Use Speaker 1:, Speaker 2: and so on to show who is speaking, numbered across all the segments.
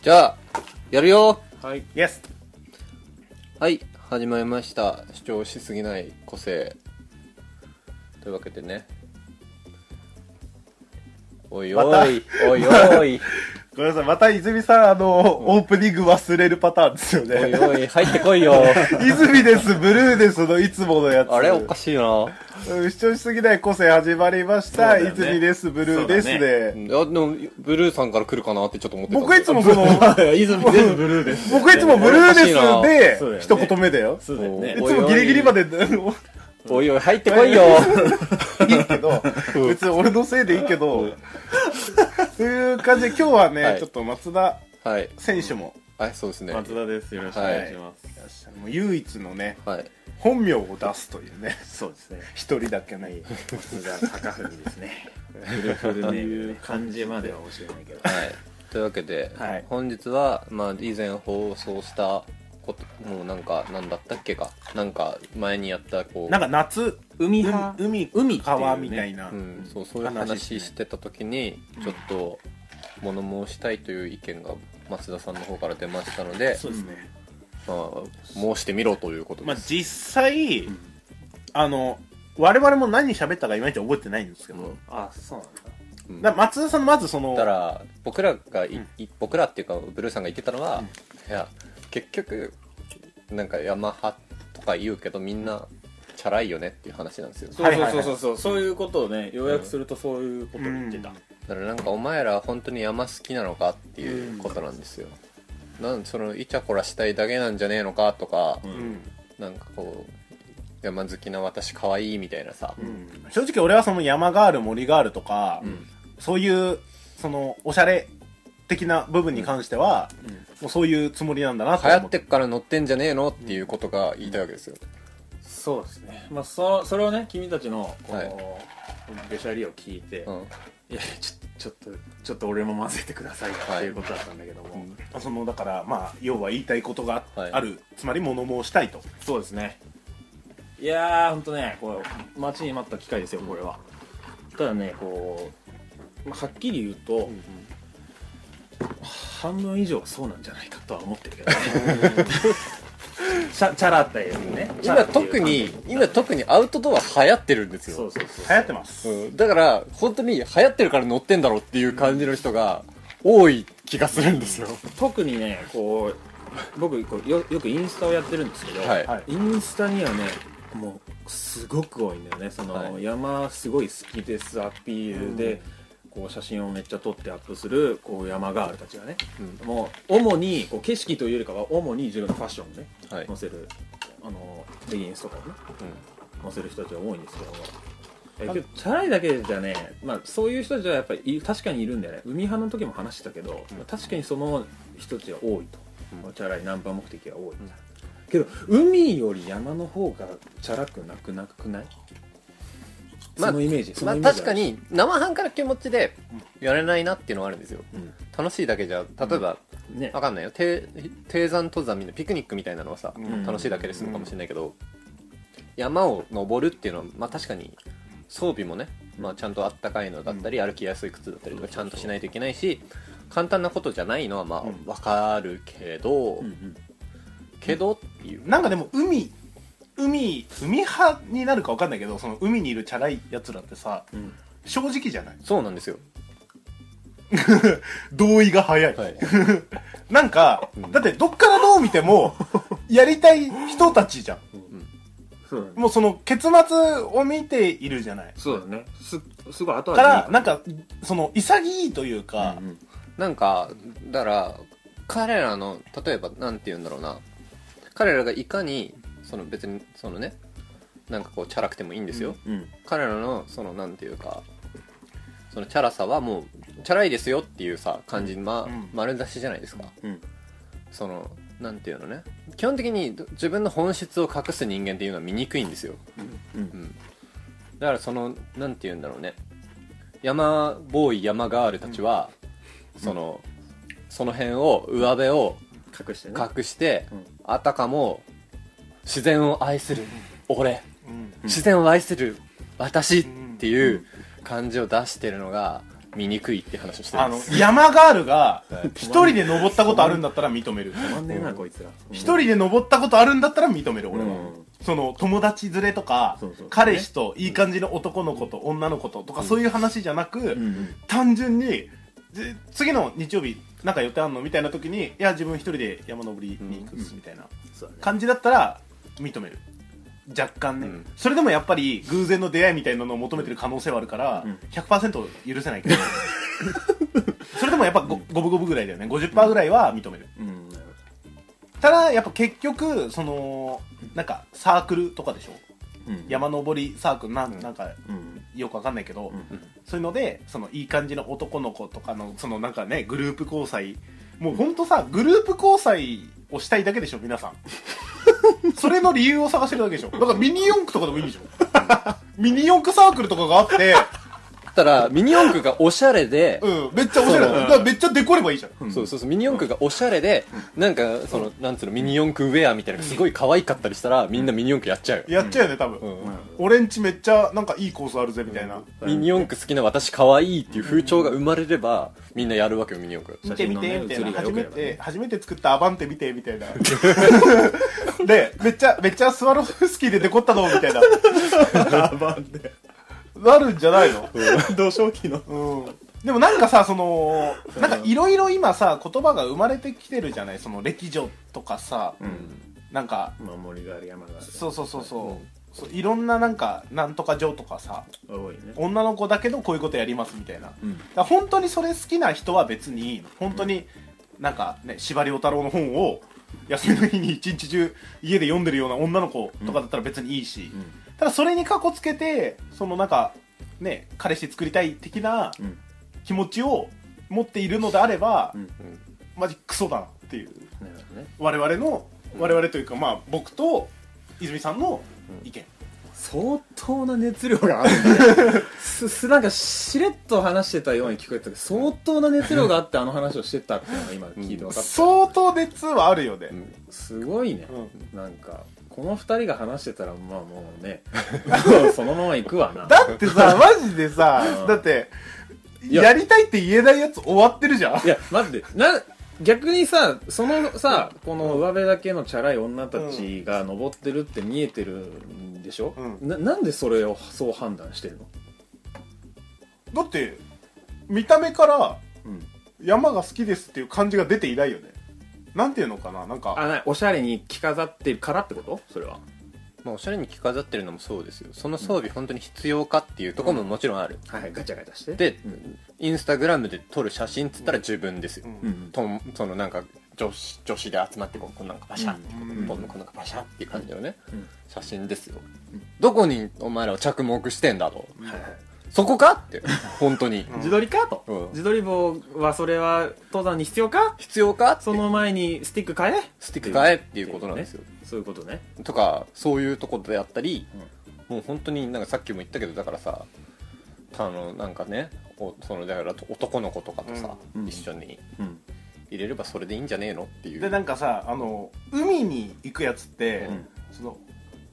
Speaker 1: じゃあ、やるよ
Speaker 2: はい、イエス
Speaker 1: はい、始まりました。主張しすぎない個性。というわけでね。おいお
Speaker 2: ま
Speaker 1: い、おいおい、
Speaker 2: ごめんなさい、また泉さん、あの、オープニング忘れるパターンですよ
Speaker 1: おい
Speaker 2: ね。
Speaker 1: おい、入ってこいよ。
Speaker 2: 泉です、ブルーですのいつものや つ。
Speaker 1: あれおかしいよ
Speaker 2: うん主張しすぎない個性始まりました。
Speaker 3: そうだよね
Speaker 2: 泉です、ブルーです
Speaker 3: そうだ
Speaker 1: な。
Speaker 2: で。
Speaker 1: いや、でも、ブルーさんから来るかなってちょっと思ってた。
Speaker 2: 僕いつもその、
Speaker 3: 泉です、ブルーです。
Speaker 2: 僕いつもブルーです
Speaker 3: そうだよ
Speaker 2: で、
Speaker 3: ね
Speaker 2: 一言目だよ。
Speaker 3: そうだよね
Speaker 2: い。つもギリギリまで、
Speaker 1: おいおい、入ってこいよ。
Speaker 2: いいけど、別に俺のせいでいいけど、という感じで今日はね、
Speaker 1: はい
Speaker 2: ちょっと松田
Speaker 1: はい。
Speaker 2: 選手も、
Speaker 1: はい、そうですね。
Speaker 3: 松田です。よろしくお願いします。
Speaker 2: いらっしゃるもう唯一のね、
Speaker 1: はい。
Speaker 2: 本名を出すというね、
Speaker 3: そうですね。
Speaker 2: 一人だけね。
Speaker 3: 松田高文ですね。フルフルネームね漢字までは教えないけど。
Speaker 1: はい、というわけで、
Speaker 3: はい
Speaker 1: 本日は、まあ、以前放送したこともうなんかなんだったっけかなんか前にやったこう
Speaker 2: なんか夏、
Speaker 3: 海派
Speaker 2: 海、
Speaker 3: 海っていうね
Speaker 2: 川みたいな。
Speaker 1: うん、そうそういう話してた時に、ちょっと物申したいという意見が松田さんの方から出ましたので、
Speaker 2: そうですね。
Speaker 1: まあ、申してみろということ
Speaker 2: ま
Speaker 1: で
Speaker 2: あ
Speaker 1: す、
Speaker 2: 実際、あの、我々も何喋ったかいまいち覚えてないんですけど、
Speaker 3: あ、そうなんだ。
Speaker 1: うん
Speaker 2: だから松田さんのまずその
Speaker 1: だか、ら僕らがい、
Speaker 2: うん
Speaker 1: い僕らっていうかブルーさんが言ってたのは、いや結局なんかヤマハとか言うけどみんなチャラいよねっていう話なんですよ
Speaker 3: そうそうそうそう。そういうことをね、要約するとそういうことを言ってた。
Speaker 1: だからなんかお前ら本当に山好きなのかっていうことなんですよ、なんそのイチャコラしたいだけなんじゃねえのかとか、
Speaker 3: う。
Speaker 2: うんん、
Speaker 1: なんかこう山好きな私可愛いみたいなさ、
Speaker 2: 正直俺はその山がある森があるとか、
Speaker 3: ん
Speaker 2: そういう、その、おしゃれ的な部分に関しては、
Speaker 3: ん
Speaker 2: もうそういうつもりなんだなと
Speaker 1: 流
Speaker 2: 思
Speaker 1: 行ってっから乗ってんじゃねえのっていうことが言いたいわけですよ、
Speaker 3: そうですね。まあ、そそれをね、君たちの、こ
Speaker 1: は
Speaker 3: の、べしゃりを聞いて、
Speaker 1: うん
Speaker 3: いや、ちょっと、ちょっと、ちょっと俺も混ぜてくださいっていうことだったんだけども。
Speaker 2: その、だから、まあ、要は言いたいことが
Speaker 1: はい
Speaker 2: ある、つまり物申したいと。
Speaker 3: そうですねいやーほんとねこう待ちに待った機会ですよこれは、ただねこう、まあはっきり言うと、半分以上そうなんじゃないかとは思ってるけどねチャチャラっていうねチャ
Speaker 1: 今
Speaker 3: ラっていう
Speaker 1: 特に今特にアウトドア流行ってるんです
Speaker 3: そ
Speaker 1: よ
Speaker 3: うそうそう
Speaker 2: 流行ってます。
Speaker 1: うん、だから本当に流行ってるから乗ってんだろうっていう感じの人が多い気がするんですよ、
Speaker 3: 特にねこう僕こうよよくインスタをやってるんですけど、
Speaker 1: はい
Speaker 2: はい
Speaker 3: インスタにはねもうすごく多いんだよねその、
Speaker 1: はい
Speaker 3: 山すごい好きですアピールで、こう写真をめっちゃ撮ってアップするこう山ガールたちがね、
Speaker 1: う
Speaker 3: もう主にこう景色というよりかは主に自分のファッションをね
Speaker 1: はい
Speaker 3: 載せるあのレギンスとかをね載せる人たちが多いんですけどえけどチャラいだけじゃね、まあ、そういう人たちはやっぱりい確かにいるんだよね海派の時も話してたけど、確かにその人たちが多いと、チャラいナンバー目的が多いみたいな、けど海より山の方がチャラくなくなくない、
Speaker 1: まあ
Speaker 3: そのイメージそ
Speaker 1: ま
Speaker 3: の
Speaker 1: あ、
Speaker 3: イメージ
Speaker 1: 確かに生半可な気持ちでやれないなっていうのはあるんですよ
Speaker 3: ある、
Speaker 1: 楽しいだけじゃ例えば、
Speaker 3: うんね
Speaker 1: わかんないよ低低山登山みんなピクニックみたいなのはさ、
Speaker 3: ん
Speaker 1: 楽しいだけで済むかもしれないけど、山を登るっていうのは、まあ、確かに装備もね、まあ、ちゃんとあったかいのだったり、歩きやすい靴だったりとかちゃんとしないといけないし簡単なことじゃないのはま
Speaker 2: うん
Speaker 1: あわかるけど、
Speaker 3: うんうん
Speaker 1: けどっていう、
Speaker 2: なんかでも海海海派になるか分かんないけどその海にいるチャラいやつらってさ
Speaker 3: うん
Speaker 2: 正直じゃない
Speaker 1: そうなんですよ、
Speaker 2: 同意が早い、
Speaker 1: はい、
Speaker 2: なんか、だってどっからどう見てもやりたい人たちじゃ
Speaker 3: そうだ
Speaker 2: ん
Speaker 3: ね
Speaker 2: もうその結末を見ているじゃない
Speaker 3: そうだねすすごい後
Speaker 2: だか
Speaker 3: 味いい
Speaker 2: らなんかその潔いというか、
Speaker 3: うんうん
Speaker 1: なんかだから彼らの例えばなんて言うんだろうな彼らがいかにその別にそのねなんかこうチャラくてもいいんですよ、
Speaker 3: うん
Speaker 1: 彼らのそのなんていうかそのチャラさはもうチャラいですよっていうさ感じ、ま
Speaker 2: うん
Speaker 1: 丸出しじゃないですか
Speaker 3: うん
Speaker 1: そのなんていうのね基本的に自分の本質を隠す人間っていうのは醜いんですよ、
Speaker 3: うんうん
Speaker 1: うん、だからそのなんていうんだろうね山ボーイ山ガールたちは、そのその辺を上辺を
Speaker 3: 隠してね
Speaker 1: 隠して、
Speaker 3: うん
Speaker 1: あたかも自然を愛する俺
Speaker 2: うん
Speaker 1: 自然を愛する私っ
Speaker 2: うん
Speaker 1: ていう感じを出してるのが醜いって話をしてま
Speaker 2: あの
Speaker 1: す、
Speaker 2: 山ガールが、一人で登ったことあるんだったら認める。
Speaker 3: 止まんねえな、こいつら。
Speaker 2: 一人で登ったことあるんだったら認める、俺は
Speaker 3: うん。
Speaker 2: その、友達連れとか
Speaker 3: そうそう、
Speaker 2: 彼氏といい感じの男の子と女の子ととか、そういう話じゃな
Speaker 3: うんう
Speaker 2: く、
Speaker 3: ん
Speaker 2: 単純に、で次の日曜日、なんか予定あんのみたいな時に、いや、自分一人で山登りに行くっす、みたいな
Speaker 3: そうだね
Speaker 2: 感じだったら、認める。若干ね、
Speaker 1: うん
Speaker 2: それでもやっぱり偶然の出会いみたいなのを求めてる可能性はあるから、
Speaker 3: うん
Speaker 2: 100%許せ ないけどそれでもやっぱご五分五分ぐらいだよね50%ぐらいは認める
Speaker 3: うんなるほ
Speaker 2: ただやっぱ結局そのなんかサークルとかでしょ
Speaker 3: どうん
Speaker 2: 山登りサークルなん,、
Speaker 1: ん
Speaker 2: なんか
Speaker 3: うん
Speaker 2: よくわかんないけど、
Speaker 3: うん
Speaker 2: そういうのでそのいい感じの男の子とかのそのなんかねグループ交際もうほんとさグループ交際をしたいだけでしょ皆 さんそれの理由を探してるだけでしょだからミニ四駆とかでもいいでしょ ミニ四駆サークルとかがあって、
Speaker 1: だったらミニ四駆がおしゃれで、
Speaker 2: うん、めっちゃおしゃれだ
Speaker 1: そう
Speaker 2: だからめっちゃデコればいいじゃん
Speaker 1: そうそうそうミニ四駆がおしゃれで、なんかそのなんつうのミニ四駆ウェアみたいなのがすごい可愛かったりしたら、みんなミニ四駆やっちゃうよ、
Speaker 2: やっちゃうよね多分、
Speaker 1: うん
Speaker 3: なるほど
Speaker 2: 俺んちめっちゃなんかいいコースあるぜみたいな、
Speaker 1: ミニ四駆好きな私可愛いっていう風潮が生まれれば、みんなやるわけよミニ四駆
Speaker 2: 見て見てみたいな、
Speaker 3: 写真のね写りが
Speaker 2: 初
Speaker 3: 良け
Speaker 2: め
Speaker 3: れば
Speaker 2: て
Speaker 3: ね
Speaker 2: 初めて作ったアバンテ見てみたいなでめっちゃめっちゃスワロフスキーでデコったのみたいな
Speaker 3: アバンで
Speaker 2: なるんじゃないの、
Speaker 3: 同正期の
Speaker 2: うん、でもなんかさそのなんかいろいろ今さ言葉が生まれてきてるじゃないその歴女とかさ、なんか
Speaker 3: 守りがある山がある
Speaker 2: そうそうそうそう、そういろんななんかなんとか女とかさ
Speaker 3: 多いね
Speaker 2: 女の子だけどこういうことやりますみたいな、
Speaker 3: う
Speaker 2: だ
Speaker 3: ん
Speaker 2: から本当にそれ好きな人は別にいいの本当になんかね司馬遼太郎の本を休みの日に一日中家で読んでるような女の子とかだったら別にいいし、
Speaker 3: う
Speaker 2: ただそれにかこつけてそのなんかね彼氏作りたい的なん
Speaker 3: うん
Speaker 2: 気持ちを持っているのであれば、
Speaker 3: うん
Speaker 2: マジクソだなっていう
Speaker 3: なるほどね
Speaker 2: 我々の我々というかまあ僕と泉さんの意見、
Speaker 3: 相当な熱量がある ねすすなんかしれっと話してたように聞こえてたけど相当な熱量があってあの話をしてたっていうのが今聞いて分かった、
Speaker 2: 相当熱はあるよね、
Speaker 1: うん
Speaker 3: すごいね、
Speaker 2: う
Speaker 3: なんかこの二人が話してたらまあもう ねそのまま行くわな
Speaker 2: だってさ、 マジでさ
Speaker 3: う、ん
Speaker 2: だって、
Speaker 1: いや
Speaker 2: やりたいって言えないやつ終わってるじゃん
Speaker 3: い。や待ってな逆にさそのさこの上辺だけのチャラい女たちが登ってるって見えてるんでしょ、
Speaker 2: う
Speaker 3: ななんでそれをそう判断してるの、
Speaker 2: だって、見た目から
Speaker 3: うん、
Speaker 2: 山が好きですっていう感じが出ていないよね。なんていうのかななんか、
Speaker 3: あなおしゃれに着飾ってるからってことそれは
Speaker 1: まあ、おしゃれに着飾ってるのもそうですよその装備本当に必要かっていうところももちろんある、
Speaker 3: はいガチャガチャして
Speaker 1: で、
Speaker 3: うん
Speaker 1: インスタグラムで撮る写真っつったら自分ですよ、
Speaker 2: うん
Speaker 3: うん
Speaker 1: とんそのなんか女子女子で集まってこうこうなんかパシャって、
Speaker 2: うん
Speaker 1: うこうなんかパシャっていう感じのね、
Speaker 3: うん
Speaker 1: 写真ですよ、
Speaker 3: うん
Speaker 1: どこにお前らを着目してんだと、
Speaker 3: はいはい
Speaker 1: そこかって本当に、
Speaker 2: うん
Speaker 3: 自撮りかと、
Speaker 1: うん
Speaker 3: 自撮り棒はそれは登山に必要か
Speaker 1: 必要かって
Speaker 3: その前にスティック買え
Speaker 1: スティック買えっていうことなんですよ、
Speaker 3: そういうことね
Speaker 1: とかそういうとこであったり、もう本当になんかさっきも言ったけどだからさあのなんかねおそのだから男の子とかとさ、
Speaker 3: うん
Speaker 1: 一緒に
Speaker 3: うん
Speaker 1: 入れればそれでいいんじゃねえのっていう
Speaker 2: で、なんかさ、あの、海に行くやつって、
Speaker 3: うん
Speaker 2: その、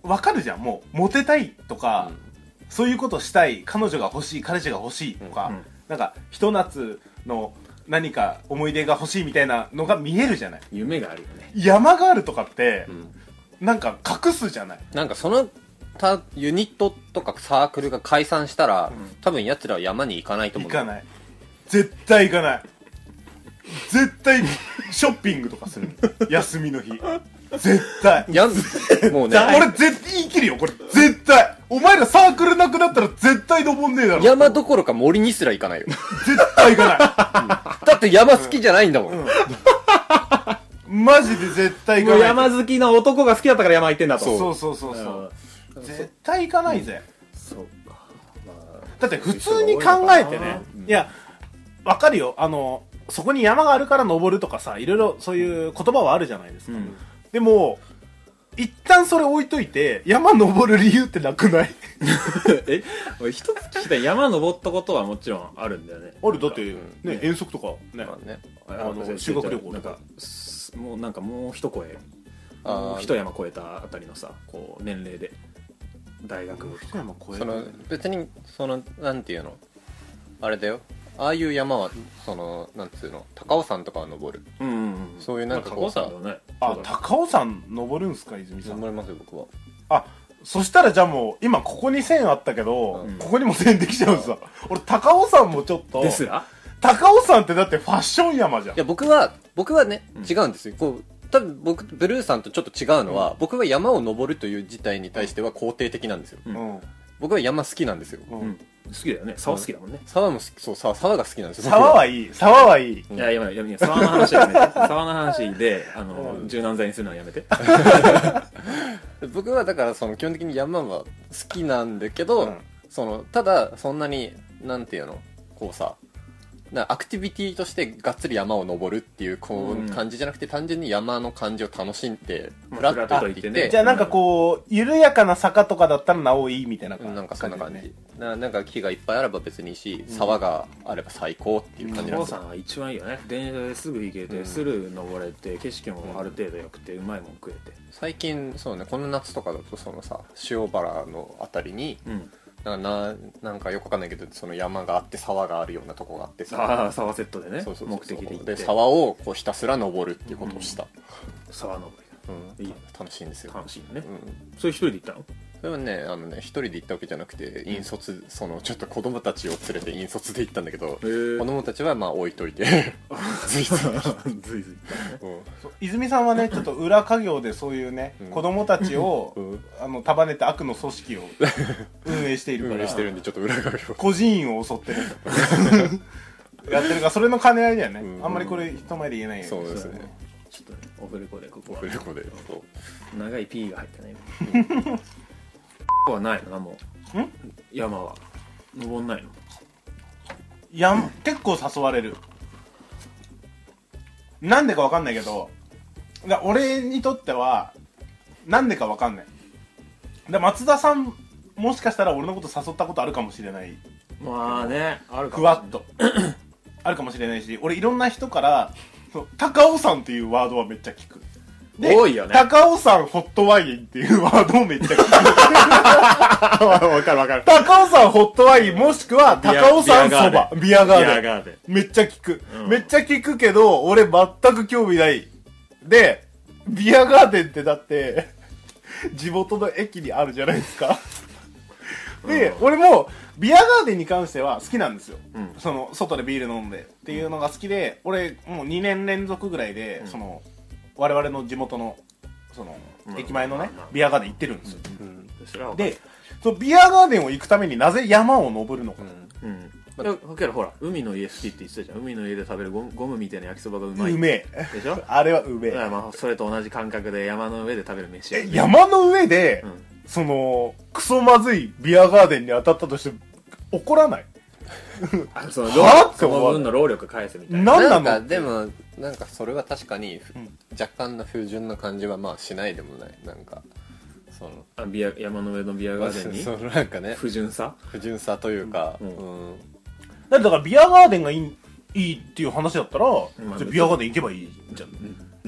Speaker 2: わかるじゃん。もう、モテたいとか、そういうことしたい、彼女が欲しい、彼氏が欲しいとか、
Speaker 3: うんうん
Speaker 2: なんか、ひと夏の何か思い出が欲しいみたいなのが見えるじゃない。
Speaker 3: 夢があるよね
Speaker 2: 山があるとかって
Speaker 1: う、ん
Speaker 2: なんか隠すじゃない。
Speaker 1: なんかそのたユニットとかサークルが解散したら、
Speaker 2: うん
Speaker 1: 多分やつらは山に行かないと思
Speaker 2: 行
Speaker 1: う
Speaker 2: かない絶対行かない絶対ショッピングとかする休みの日絶対
Speaker 1: やんもうね
Speaker 2: 俺絶対言い切るよこれ絶対お前らサークルなくなったら絶対登んねえだろ
Speaker 1: 山どころか森にすら行かない よ
Speaker 2: 絶対行か
Speaker 1: だって山好きじゃないんだもん、
Speaker 2: ないマジで絶対行
Speaker 3: も
Speaker 2: か
Speaker 3: う
Speaker 2: ない
Speaker 3: 山好きな男が好きだったから山行ってんだと
Speaker 2: そうそうそうそう
Speaker 3: うん
Speaker 2: 絶対行かないぜ
Speaker 3: そうかまあ
Speaker 2: だって普通に考えてねいやわかるよあのそこに山があるから登るとかさいろいろそういう言葉はあるじゃないですか、
Speaker 3: うん
Speaker 2: でも、一旦それ置いといて、山登る理由ってなくない
Speaker 3: え俺一つ聞きたい山登ったことはもちろんあるんだよね
Speaker 2: あれ、だって、ね
Speaker 3: ね
Speaker 2: 遠足とか、ね。
Speaker 1: まあね
Speaker 3: あ
Speaker 2: の修学旅行
Speaker 3: なんかすもうなんかもう一声も
Speaker 1: あ
Speaker 3: う
Speaker 1: ー
Speaker 3: 一山越えたあたりのさこう年齢で大学
Speaker 2: 山越え
Speaker 1: その別にそのなんていうのあれだよああいう山はそのなんつうの高尾山とかは登る
Speaker 3: うんうんうん
Speaker 1: そういうなんか
Speaker 3: まあ
Speaker 1: こうさ
Speaker 3: 高尾山だね
Speaker 2: あ
Speaker 3: そうだね
Speaker 2: 高尾山登るんすか泉さ
Speaker 1: 登
Speaker 2: ん
Speaker 1: れますよ僕は
Speaker 2: そしたらじゃあもう今ここに線あったけど、
Speaker 1: うん
Speaker 2: ここにも線できちゃうんさ、俺高尾山もちょっと
Speaker 3: ですら
Speaker 2: 高尾山ってだってファッション山じゃん
Speaker 1: いや僕は僕はね
Speaker 3: うん
Speaker 1: 違うんですよ、こう多分僕ブルーさんとちょっと違うのは、僕は山を登るという事態に対しては肯定的なんですよ
Speaker 2: うん
Speaker 1: 僕は山好きなんですよ
Speaker 2: う
Speaker 3: うんん、好きだよね沢好きだもんね、
Speaker 1: 沢も好きそう沢沢が好きなんですよ
Speaker 2: 沢はいい沢はいい
Speaker 1: うん
Speaker 3: いややめないやめない沢の話はやめて沢の話であの、
Speaker 2: うん
Speaker 3: 柔軟剤にするのはやめて
Speaker 1: 僕はだからその基本的に山は好きなんだけど、
Speaker 2: うん
Speaker 1: そのただそんなになんていうのこうさなアクティビティとしてがっつり山を登るっていうこ
Speaker 3: うん
Speaker 1: う感じじゃなくて、単純に山の感じを楽しんで
Speaker 3: まあ
Speaker 1: ふらっ
Speaker 3: ふらっ
Speaker 1: と行
Speaker 3: と行
Speaker 1: っ,、
Speaker 3: っててね
Speaker 2: じゃあなんかこう緩やかな坂とかだったらなおいいみたいな感
Speaker 1: う
Speaker 2: じ、
Speaker 1: んなんかそんな感じ
Speaker 2: ね
Speaker 1: ななんか木がいっぱいあれば別にいいし、沢があれば最高っていう感じなんで
Speaker 3: 高尾
Speaker 1: すよ、
Speaker 3: 山は一番いいよね電車ですぐ行けて、
Speaker 1: うん
Speaker 3: すぐ登れて景色もある程度良くて、うまいもん食えて
Speaker 1: 最近そうねこの夏とかだとそのさ塩原のあたりに
Speaker 3: うん
Speaker 1: なんかななんかよくわかんないけどその山があって沢があるようなとこがあって
Speaker 3: 沢沢セットでね
Speaker 1: そうそうそう
Speaker 3: 目的で行って
Speaker 1: で沢をこうひたすら登るっていうことをした、
Speaker 3: 沢登
Speaker 1: うん
Speaker 3: いい
Speaker 1: 楽しいんですよ、
Speaker 3: り楽しいよね、
Speaker 1: うん、
Speaker 3: それ一人で行ったの
Speaker 1: それはねあのね一人で行ったわけじゃなくて引率、そのちょっと子供たちを連れて引率で行ったんだけど
Speaker 3: へ
Speaker 1: 子
Speaker 3: ー
Speaker 1: 供たちはまあ置いとい てずいずい、
Speaker 3: ずいずい
Speaker 1: うん
Speaker 2: そう泉さんはねちょっと裏家業でそういうね、
Speaker 1: うん
Speaker 2: 子供たちを、
Speaker 1: うん
Speaker 2: あの束ねて悪の 組織を運営しているか
Speaker 1: 運
Speaker 2: ら
Speaker 1: 営してるんでちょっと裏側を
Speaker 2: 孤児院を 襲ってるやってるからそれの兼ね合いだよね、
Speaker 1: うん
Speaker 2: あんまりこれ人前で言えないよね
Speaker 1: そうです
Speaker 3: そうだ
Speaker 1: ね
Speaker 3: ねちょっとねオフレコでここは
Speaker 1: フレコでそう
Speaker 3: 長い P が入ってないはないのなもうん山は登んないの
Speaker 2: いやん結構誘われるなんでかわかんないけどだ俺にとってはなんでかわかんないで松田さんもしかしたら俺のこと誘ったことあるかもしれない
Speaker 3: まあねあるか
Speaker 2: ふわっと あるかもしれないし俺いろんな人からそう高尾山っていうワードはめっちゃ聞くで
Speaker 3: 多いよね
Speaker 2: 高尾山ホットワインっていうワードをめっちゃ聞く
Speaker 3: わかるわかる
Speaker 2: 高尾山ホットワインもしくは高尾山そばビアガーデン
Speaker 3: ガーデン
Speaker 2: めっちゃ聞く、
Speaker 3: うん
Speaker 2: めっちゃ聞くけど俺全く興味ないでビアガーデンってだって 地元の駅にあるじゃないですかで、
Speaker 3: うん
Speaker 2: 俺もビアガーデンに関しては好きなんですよ、
Speaker 3: うん
Speaker 2: その外でビール飲んでっていうのが好きで、俺もう2年連続ぐらいで、その我々の地元のその
Speaker 3: うん
Speaker 2: 駅前のね
Speaker 3: まあまあ
Speaker 2: ビアガーデン行ってるんですよ、
Speaker 1: うん
Speaker 3: それはわかる
Speaker 2: でそのビアガーデンを行くためになぜ山を登るのか、
Speaker 1: うん
Speaker 3: うんいやだけどほら海の家好きって言ってたじゃん海の家で食べるゴムゴムみたいな焼きそばがうまいう
Speaker 2: めえ
Speaker 3: でしょ
Speaker 2: あれはうめえ
Speaker 3: だからまあそれと同じ感覚で山の上で食べる飯
Speaker 2: え
Speaker 3: や
Speaker 2: 山の上で、
Speaker 3: うん
Speaker 2: そのクソまずいビアガーデンに当たったとして怒らない
Speaker 3: あその
Speaker 2: は
Speaker 3: 労
Speaker 2: って
Speaker 3: そ
Speaker 2: 思う
Speaker 3: の分の労力返せみたいな
Speaker 2: 何なの
Speaker 1: かでもなんかそれは確かに、
Speaker 2: ん
Speaker 1: 若干の不純な感じはまあしないでもないなんかその
Speaker 3: あビア山の上のビア ガーデン
Speaker 1: そ
Speaker 3: に
Speaker 1: のなんかね
Speaker 3: 不純さ
Speaker 1: 不純さというか、
Speaker 3: うん
Speaker 1: うん
Speaker 2: だってだからビアガーデンがいいいいっていう話だったら、
Speaker 3: まあ
Speaker 2: じゃあビアガーデン行けばいいじゃん、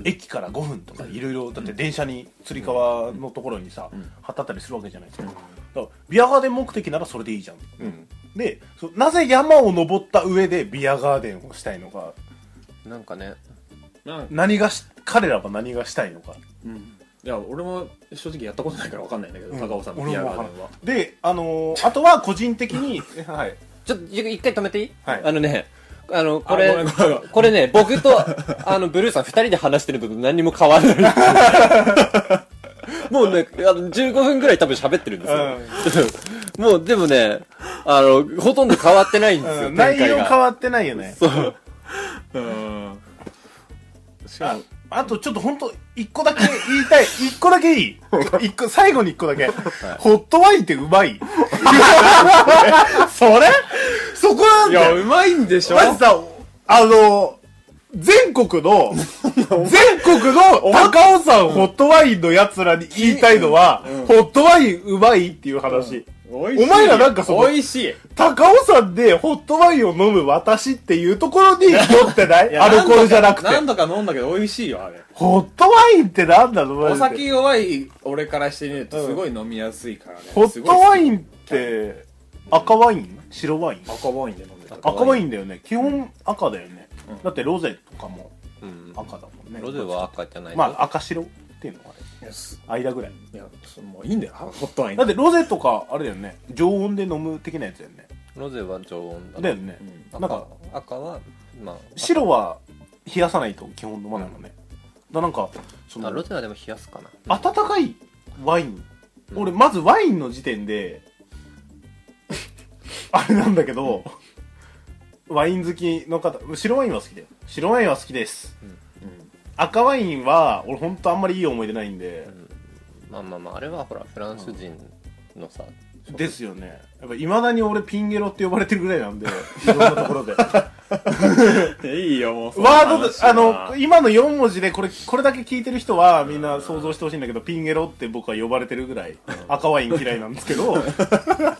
Speaker 2: 駅から5分とかいろいろだって電車につり革のところにさ、
Speaker 3: ん
Speaker 2: 貼ってあったりするわけじゃないですか,、だからビアガーデン目的ならそれでいいじゃん
Speaker 1: うん
Speaker 2: でそなぜ山を登った上でビアガーデンをしたいのか
Speaker 1: なんかね
Speaker 3: なんか
Speaker 2: 何がし彼らは何がしたいのか
Speaker 3: うんいや俺も正直やったことないから分かんないんだけど、
Speaker 2: うん
Speaker 3: 高尾さんの
Speaker 2: 俺
Speaker 3: ビア
Speaker 2: も
Speaker 3: ガ
Speaker 2: わか
Speaker 3: ー
Speaker 2: らん
Speaker 3: デンは
Speaker 2: であのーあとは個人的 にはい
Speaker 1: ちょっと一一回止めていい、
Speaker 2: はい
Speaker 1: あのね、あの、これ
Speaker 3: あごめんごめんごめん、
Speaker 1: これね、僕と、 あの、ブルーさん二人で話してるのと何にも変わらない。もうね、あの、15分ぐらい多分喋ってるんですよ。 もう、でもね、あの、ほとんど変わってないんですよ、
Speaker 2: うん内容変
Speaker 1: っ
Speaker 2: わってないよね
Speaker 1: そう。
Speaker 3: うんしか
Speaker 2: あ
Speaker 3: も
Speaker 2: あとちょっと本当一個だけ言い たい一個だけいい一個最後に一個だけ、ホットワインってうま いそれそこなん
Speaker 3: い
Speaker 2: だ
Speaker 3: や
Speaker 2: よ
Speaker 3: うまいんでしょ
Speaker 2: まずさあの全国 の全国の高尾山ホットワインのやつらに言いたいのは、ホットワインうまいっていう話、
Speaker 3: おいしい
Speaker 2: お前らなんかその
Speaker 3: 美味しい
Speaker 2: 高尾山でホットワインを飲む私っていうところに酔ってない
Speaker 3: いや
Speaker 2: アルコールじゃなくて。
Speaker 3: 何度か何度か飲んだけど美味しいよあれ
Speaker 2: ホットワインってなんだろう
Speaker 3: お酒弱い俺からしてみるとすごい飲みやすいからね
Speaker 2: ホットワイ
Speaker 3: ン
Speaker 2: ンって赤ワイン白ワイン
Speaker 3: 赤ワインで飲んでれた
Speaker 1: あ
Speaker 2: 赤ワインだよね基本赤だよね、
Speaker 3: うん
Speaker 2: だってロゼとかも
Speaker 1: うん、
Speaker 2: 赤だもんね
Speaker 1: ロゼは赤じゃないと
Speaker 2: まあ赤白っていうのがあ
Speaker 3: いやす
Speaker 2: れ間ぐらい
Speaker 3: いやそのもういいんだよホットワイン
Speaker 2: だってロゼとかあれだよね常温で飲む的なやつだよね
Speaker 1: ロゼは常温だ
Speaker 2: だよね、
Speaker 3: うん
Speaker 1: 赤
Speaker 2: なんか
Speaker 1: 赤はまあ
Speaker 2: 白は冷やさないと基本飲まないもんね、だなんかそ
Speaker 1: あロ
Speaker 2: の
Speaker 1: ゼはでも冷やすかな
Speaker 2: 温かいワイン、
Speaker 1: うん
Speaker 2: 俺まずワインの時点であれなんだけど、ワイン好きの方白ワインは好きだよ白ワインは好きです
Speaker 3: うん
Speaker 2: 赤ワインは俺本当あんまりいい思い出ないんで、
Speaker 1: まあまあまああれはほらフランス人のさ、
Speaker 2: ですよねやっぱいまだに俺ピンゲロって呼ばれてるぐらいなんでいろんなところでワ
Speaker 3: いいよもうその
Speaker 2: ードで
Speaker 3: 話は
Speaker 2: あの今の4文字でこれこれだけ聞いてる人はみんな想像してほしいんだけどピンゲロって僕は呼ばれてるぐらい赤ワイン嫌いなんですけど
Speaker 3: ピンクの
Speaker 1: い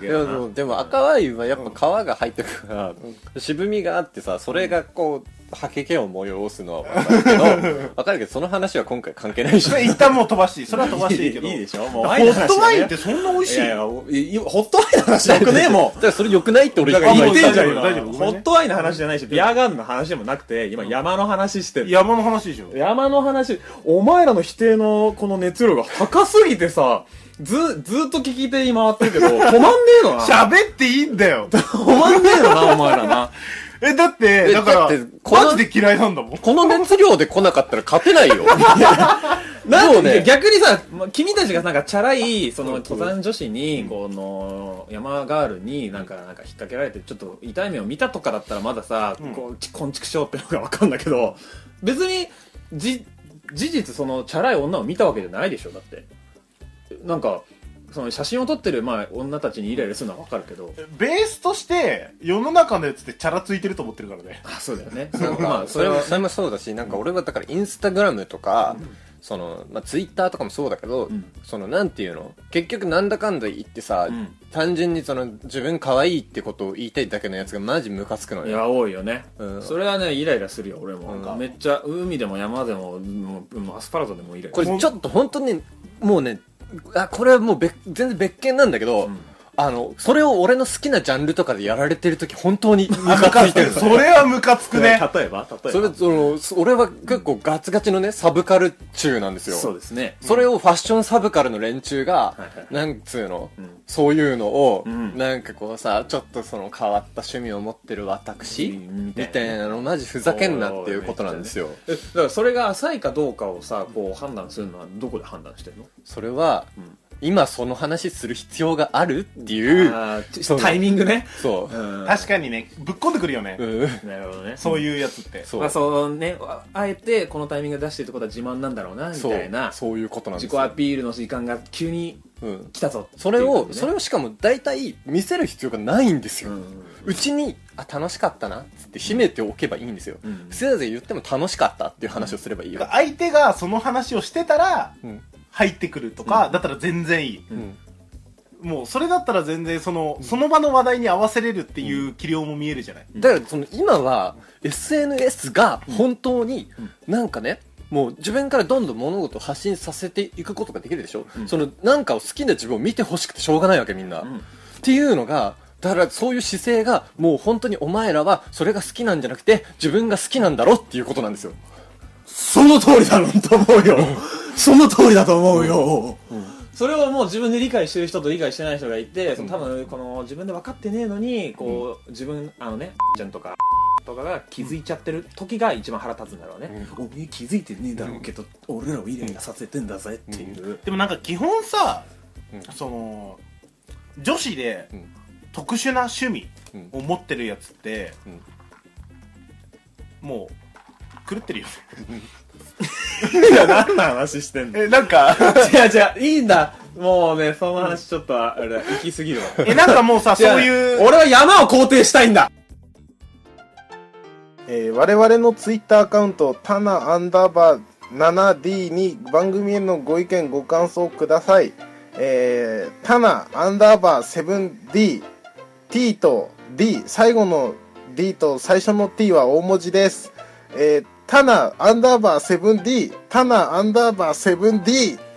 Speaker 3: ゲ
Speaker 1: や
Speaker 3: ロ
Speaker 1: で
Speaker 3: な
Speaker 1: もでも赤ワインはやっぱ皮が入ってくから、渋みがあってさそれがこう吐け気を催すのは分かるけど分かるけどその話は今回関係ないし
Speaker 2: それ一旦もう飛ばしていいそれは飛ばしていいけど
Speaker 3: いいでしょ
Speaker 2: ホ
Speaker 3: もうワインの
Speaker 2: ッ
Speaker 3: 話
Speaker 2: ト
Speaker 3: は
Speaker 2: ワ
Speaker 3: ね
Speaker 2: インってそんな美味しい
Speaker 3: いやいやおいいホットワインの話じゃなくねも
Speaker 1: だからそれ良くないって
Speaker 3: う
Speaker 1: 俺
Speaker 3: だから
Speaker 2: 言
Speaker 3: 今
Speaker 2: っ
Speaker 1: 今
Speaker 2: てん
Speaker 1: 言っ
Speaker 2: じ
Speaker 1: たじゃん
Speaker 2: ゃん今大丈夫ごめん
Speaker 3: ホ
Speaker 2: ね
Speaker 3: ットワインの話じゃないしビアガーデンの話でもなくて今山の話してる
Speaker 2: 山の話でしょ
Speaker 3: 山の話お前らの否定のこの熱量が高すぎてさずずっと聞き手回ってるけど止まんねえのな
Speaker 2: 喋っていいんだよ
Speaker 3: 止まんねえのなお前らな
Speaker 2: えだって
Speaker 1: え
Speaker 2: だから
Speaker 1: だってこの
Speaker 2: マジで嫌いなんだもん
Speaker 1: この熱量で来なかったら勝てないよ
Speaker 3: な
Speaker 1: そ
Speaker 3: ん
Speaker 1: う
Speaker 3: で
Speaker 1: ね
Speaker 3: 逆にさ、ま君たちがなんかチャラい、その登山女子に、この山ガールになんか、なんか引っ掛けられて、ちょっと痛い目を見たとかだったらまださ、
Speaker 2: うん
Speaker 3: こう、ちこんちくしょうってのがわかんだけど、別に、じ、事実そのチャラい女を見たわけじゃないでしょ、だって。なんか、その写真を撮ってる、まあ、女たちにイライラするのはわかるけど、
Speaker 2: ベースとして世の中のやつってチャラついてると思ってるからね
Speaker 3: あ、そうだよね。
Speaker 1: なんか
Speaker 3: まあ、
Speaker 1: そ
Speaker 3: それ
Speaker 1: れ
Speaker 3: は
Speaker 1: も、それもそうだしなんか俺はだからインスタグラムとか、そのまあ、ツイッターとかもそうだけど、
Speaker 3: うん
Speaker 1: そのなんていうの結局なんだかんだ言ってさ、
Speaker 3: うん
Speaker 1: 単純にその自分可愛いってことを言いたいだけのやつがマジムカつくの
Speaker 3: い
Speaker 1: よ
Speaker 3: や、多いよね。
Speaker 1: うん
Speaker 3: それはね、イライラするよ、俺も。
Speaker 1: うん
Speaker 3: なんかめっちゃ、海でも山でも、もうもうアスパラザでもイライラ
Speaker 1: これちょっと本当にもうねあこれはもう別全然別件なんだけど、
Speaker 3: うん
Speaker 1: あのそれを俺の好きなジャンルとかでやられてる時本当にムカつい てる
Speaker 2: それはムカつくね
Speaker 3: 例えば、例えば。
Speaker 1: それそのそ俺は結構ガチガチのねサブカル中なんですよ
Speaker 3: そうですね。
Speaker 1: それをファッションサブカルの連中が
Speaker 3: はいはい、
Speaker 1: なんつうの
Speaker 3: うん、
Speaker 1: そういうのを
Speaker 3: う、ん
Speaker 1: なんかこうさ、ちょっとその変わった趣味を持ってる私
Speaker 3: うんみ
Speaker 1: み
Speaker 3: たいな
Speaker 1: たいなの、マジふざけんなっていうことなんですよ。
Speaker 3: えだからそれが浅いかどうかをさ、こう判断するのはどこで判断してるの
Speaker 1: それは
Speaker 3: ん、
Speaker 1: 今その話する必要があるっていう、
Speaker 3: あーち
Speaker 1: そう
Speaker 3: タイミングね。
Speaker 1: そうう。
Speaker 3: ん。
Speaker 2: 確かにねぶっこんでくるよね、
Speaker 1: うん
Speaker 3: なるほどね。
Speaker 2: そういうやつって
Speaker 1: そう
Speaker 3: まあそうね、ああえてこのタイミングで出してるってことは自慢なんだろうな、み
Speaker 1: そ
Speaker 3: たいうな。
Speaker 1: そういうことなんで
Speaker 3: 自
Speaker 1: す
Speaker 3: 己ア
Speaker 1: よ。
Speaker 3: ピールの時間が急に
Speaker 1: うん
Speaker 3: 来たぞっていう
Speaker 1: それを
Speaker 3: ね、
Speaker 1: それをしかも大体見せる必要がないんです
Speaker 3: う
Speaker 1: よ。
Speaker 3: ん
Speaker 1: うちに、あ、楽しかったなっつって秘めておけばいいんですよ
Speaker 3: うん。
Speaker 1: せやぜ言っても楽しかったっていう話をすればいいよ。
Speaker 2: 相手がその話をしてたら
Speaker 1: うん
Speaker 2: 入ってくるとか、だったら全然いい、
Speaker 1: うん
Speaker 2: もうそれだったら全然そのその場の話題に合わせれるっていう器量も見えるじゃない、
Speaker 1: だからその今は SNS が本当になんかね、もう自分からどんどん物事を発信させていくことができるでしょ、
Speaker 3: ん
Speaker 1: そのなんかを好きな自分を見てほしくてしょうがないわけみんな、っ
Speaker 3: ん
Speaker 1: ていうのがだからそういう姿勢がもう本当にお前らはそれが好きなんじゃなくて自分が好きなんだろっていうことなんですよ
Speaker 3: その通りだろうと思うよ。その通りだと思うよ。それをもう自分で理解してる人と理解してない人がいて、その多分この自分で分かってねえのに、こう、自分、あのね、ちゃんとか、とかが気づいちゃってる時が一番腹立つんだろうね。おめえ気づいてねえだろうけど、俺らをイライラさせてんだぜっていう。
Speaker 2: でもなんか基本さ、
Speaker 1: うん
Speaker 2: その女子で
Speaker 1: うん
Speaker 2: 特殊な趣味
Speaker 1: うん
Speaker 2: を持ってるやつって、
Speaker 1: うん
Speaker 2: もう狂ってるよね
Speaker 3: いや、何の話してん
Speaker 2: えなんか
Speaker 3: 違う 違う、いいんだ。もうね、その話ちょっと、あれだ、行き過ぎるわ。
Speaker 2: えなんかも うさそういう
Speaker 3: 俺は山を肯定したいんだ
Speaker 4: えー我々のツイッターアカウント、タナアンダーバー 7D に番組へのご意見、ご感想ください。えー、タナアンダーバー 7D、T と D、最後の D と最初の T は大文字です。えー、タナアンダーバー 7D、タナアンダーバー 7D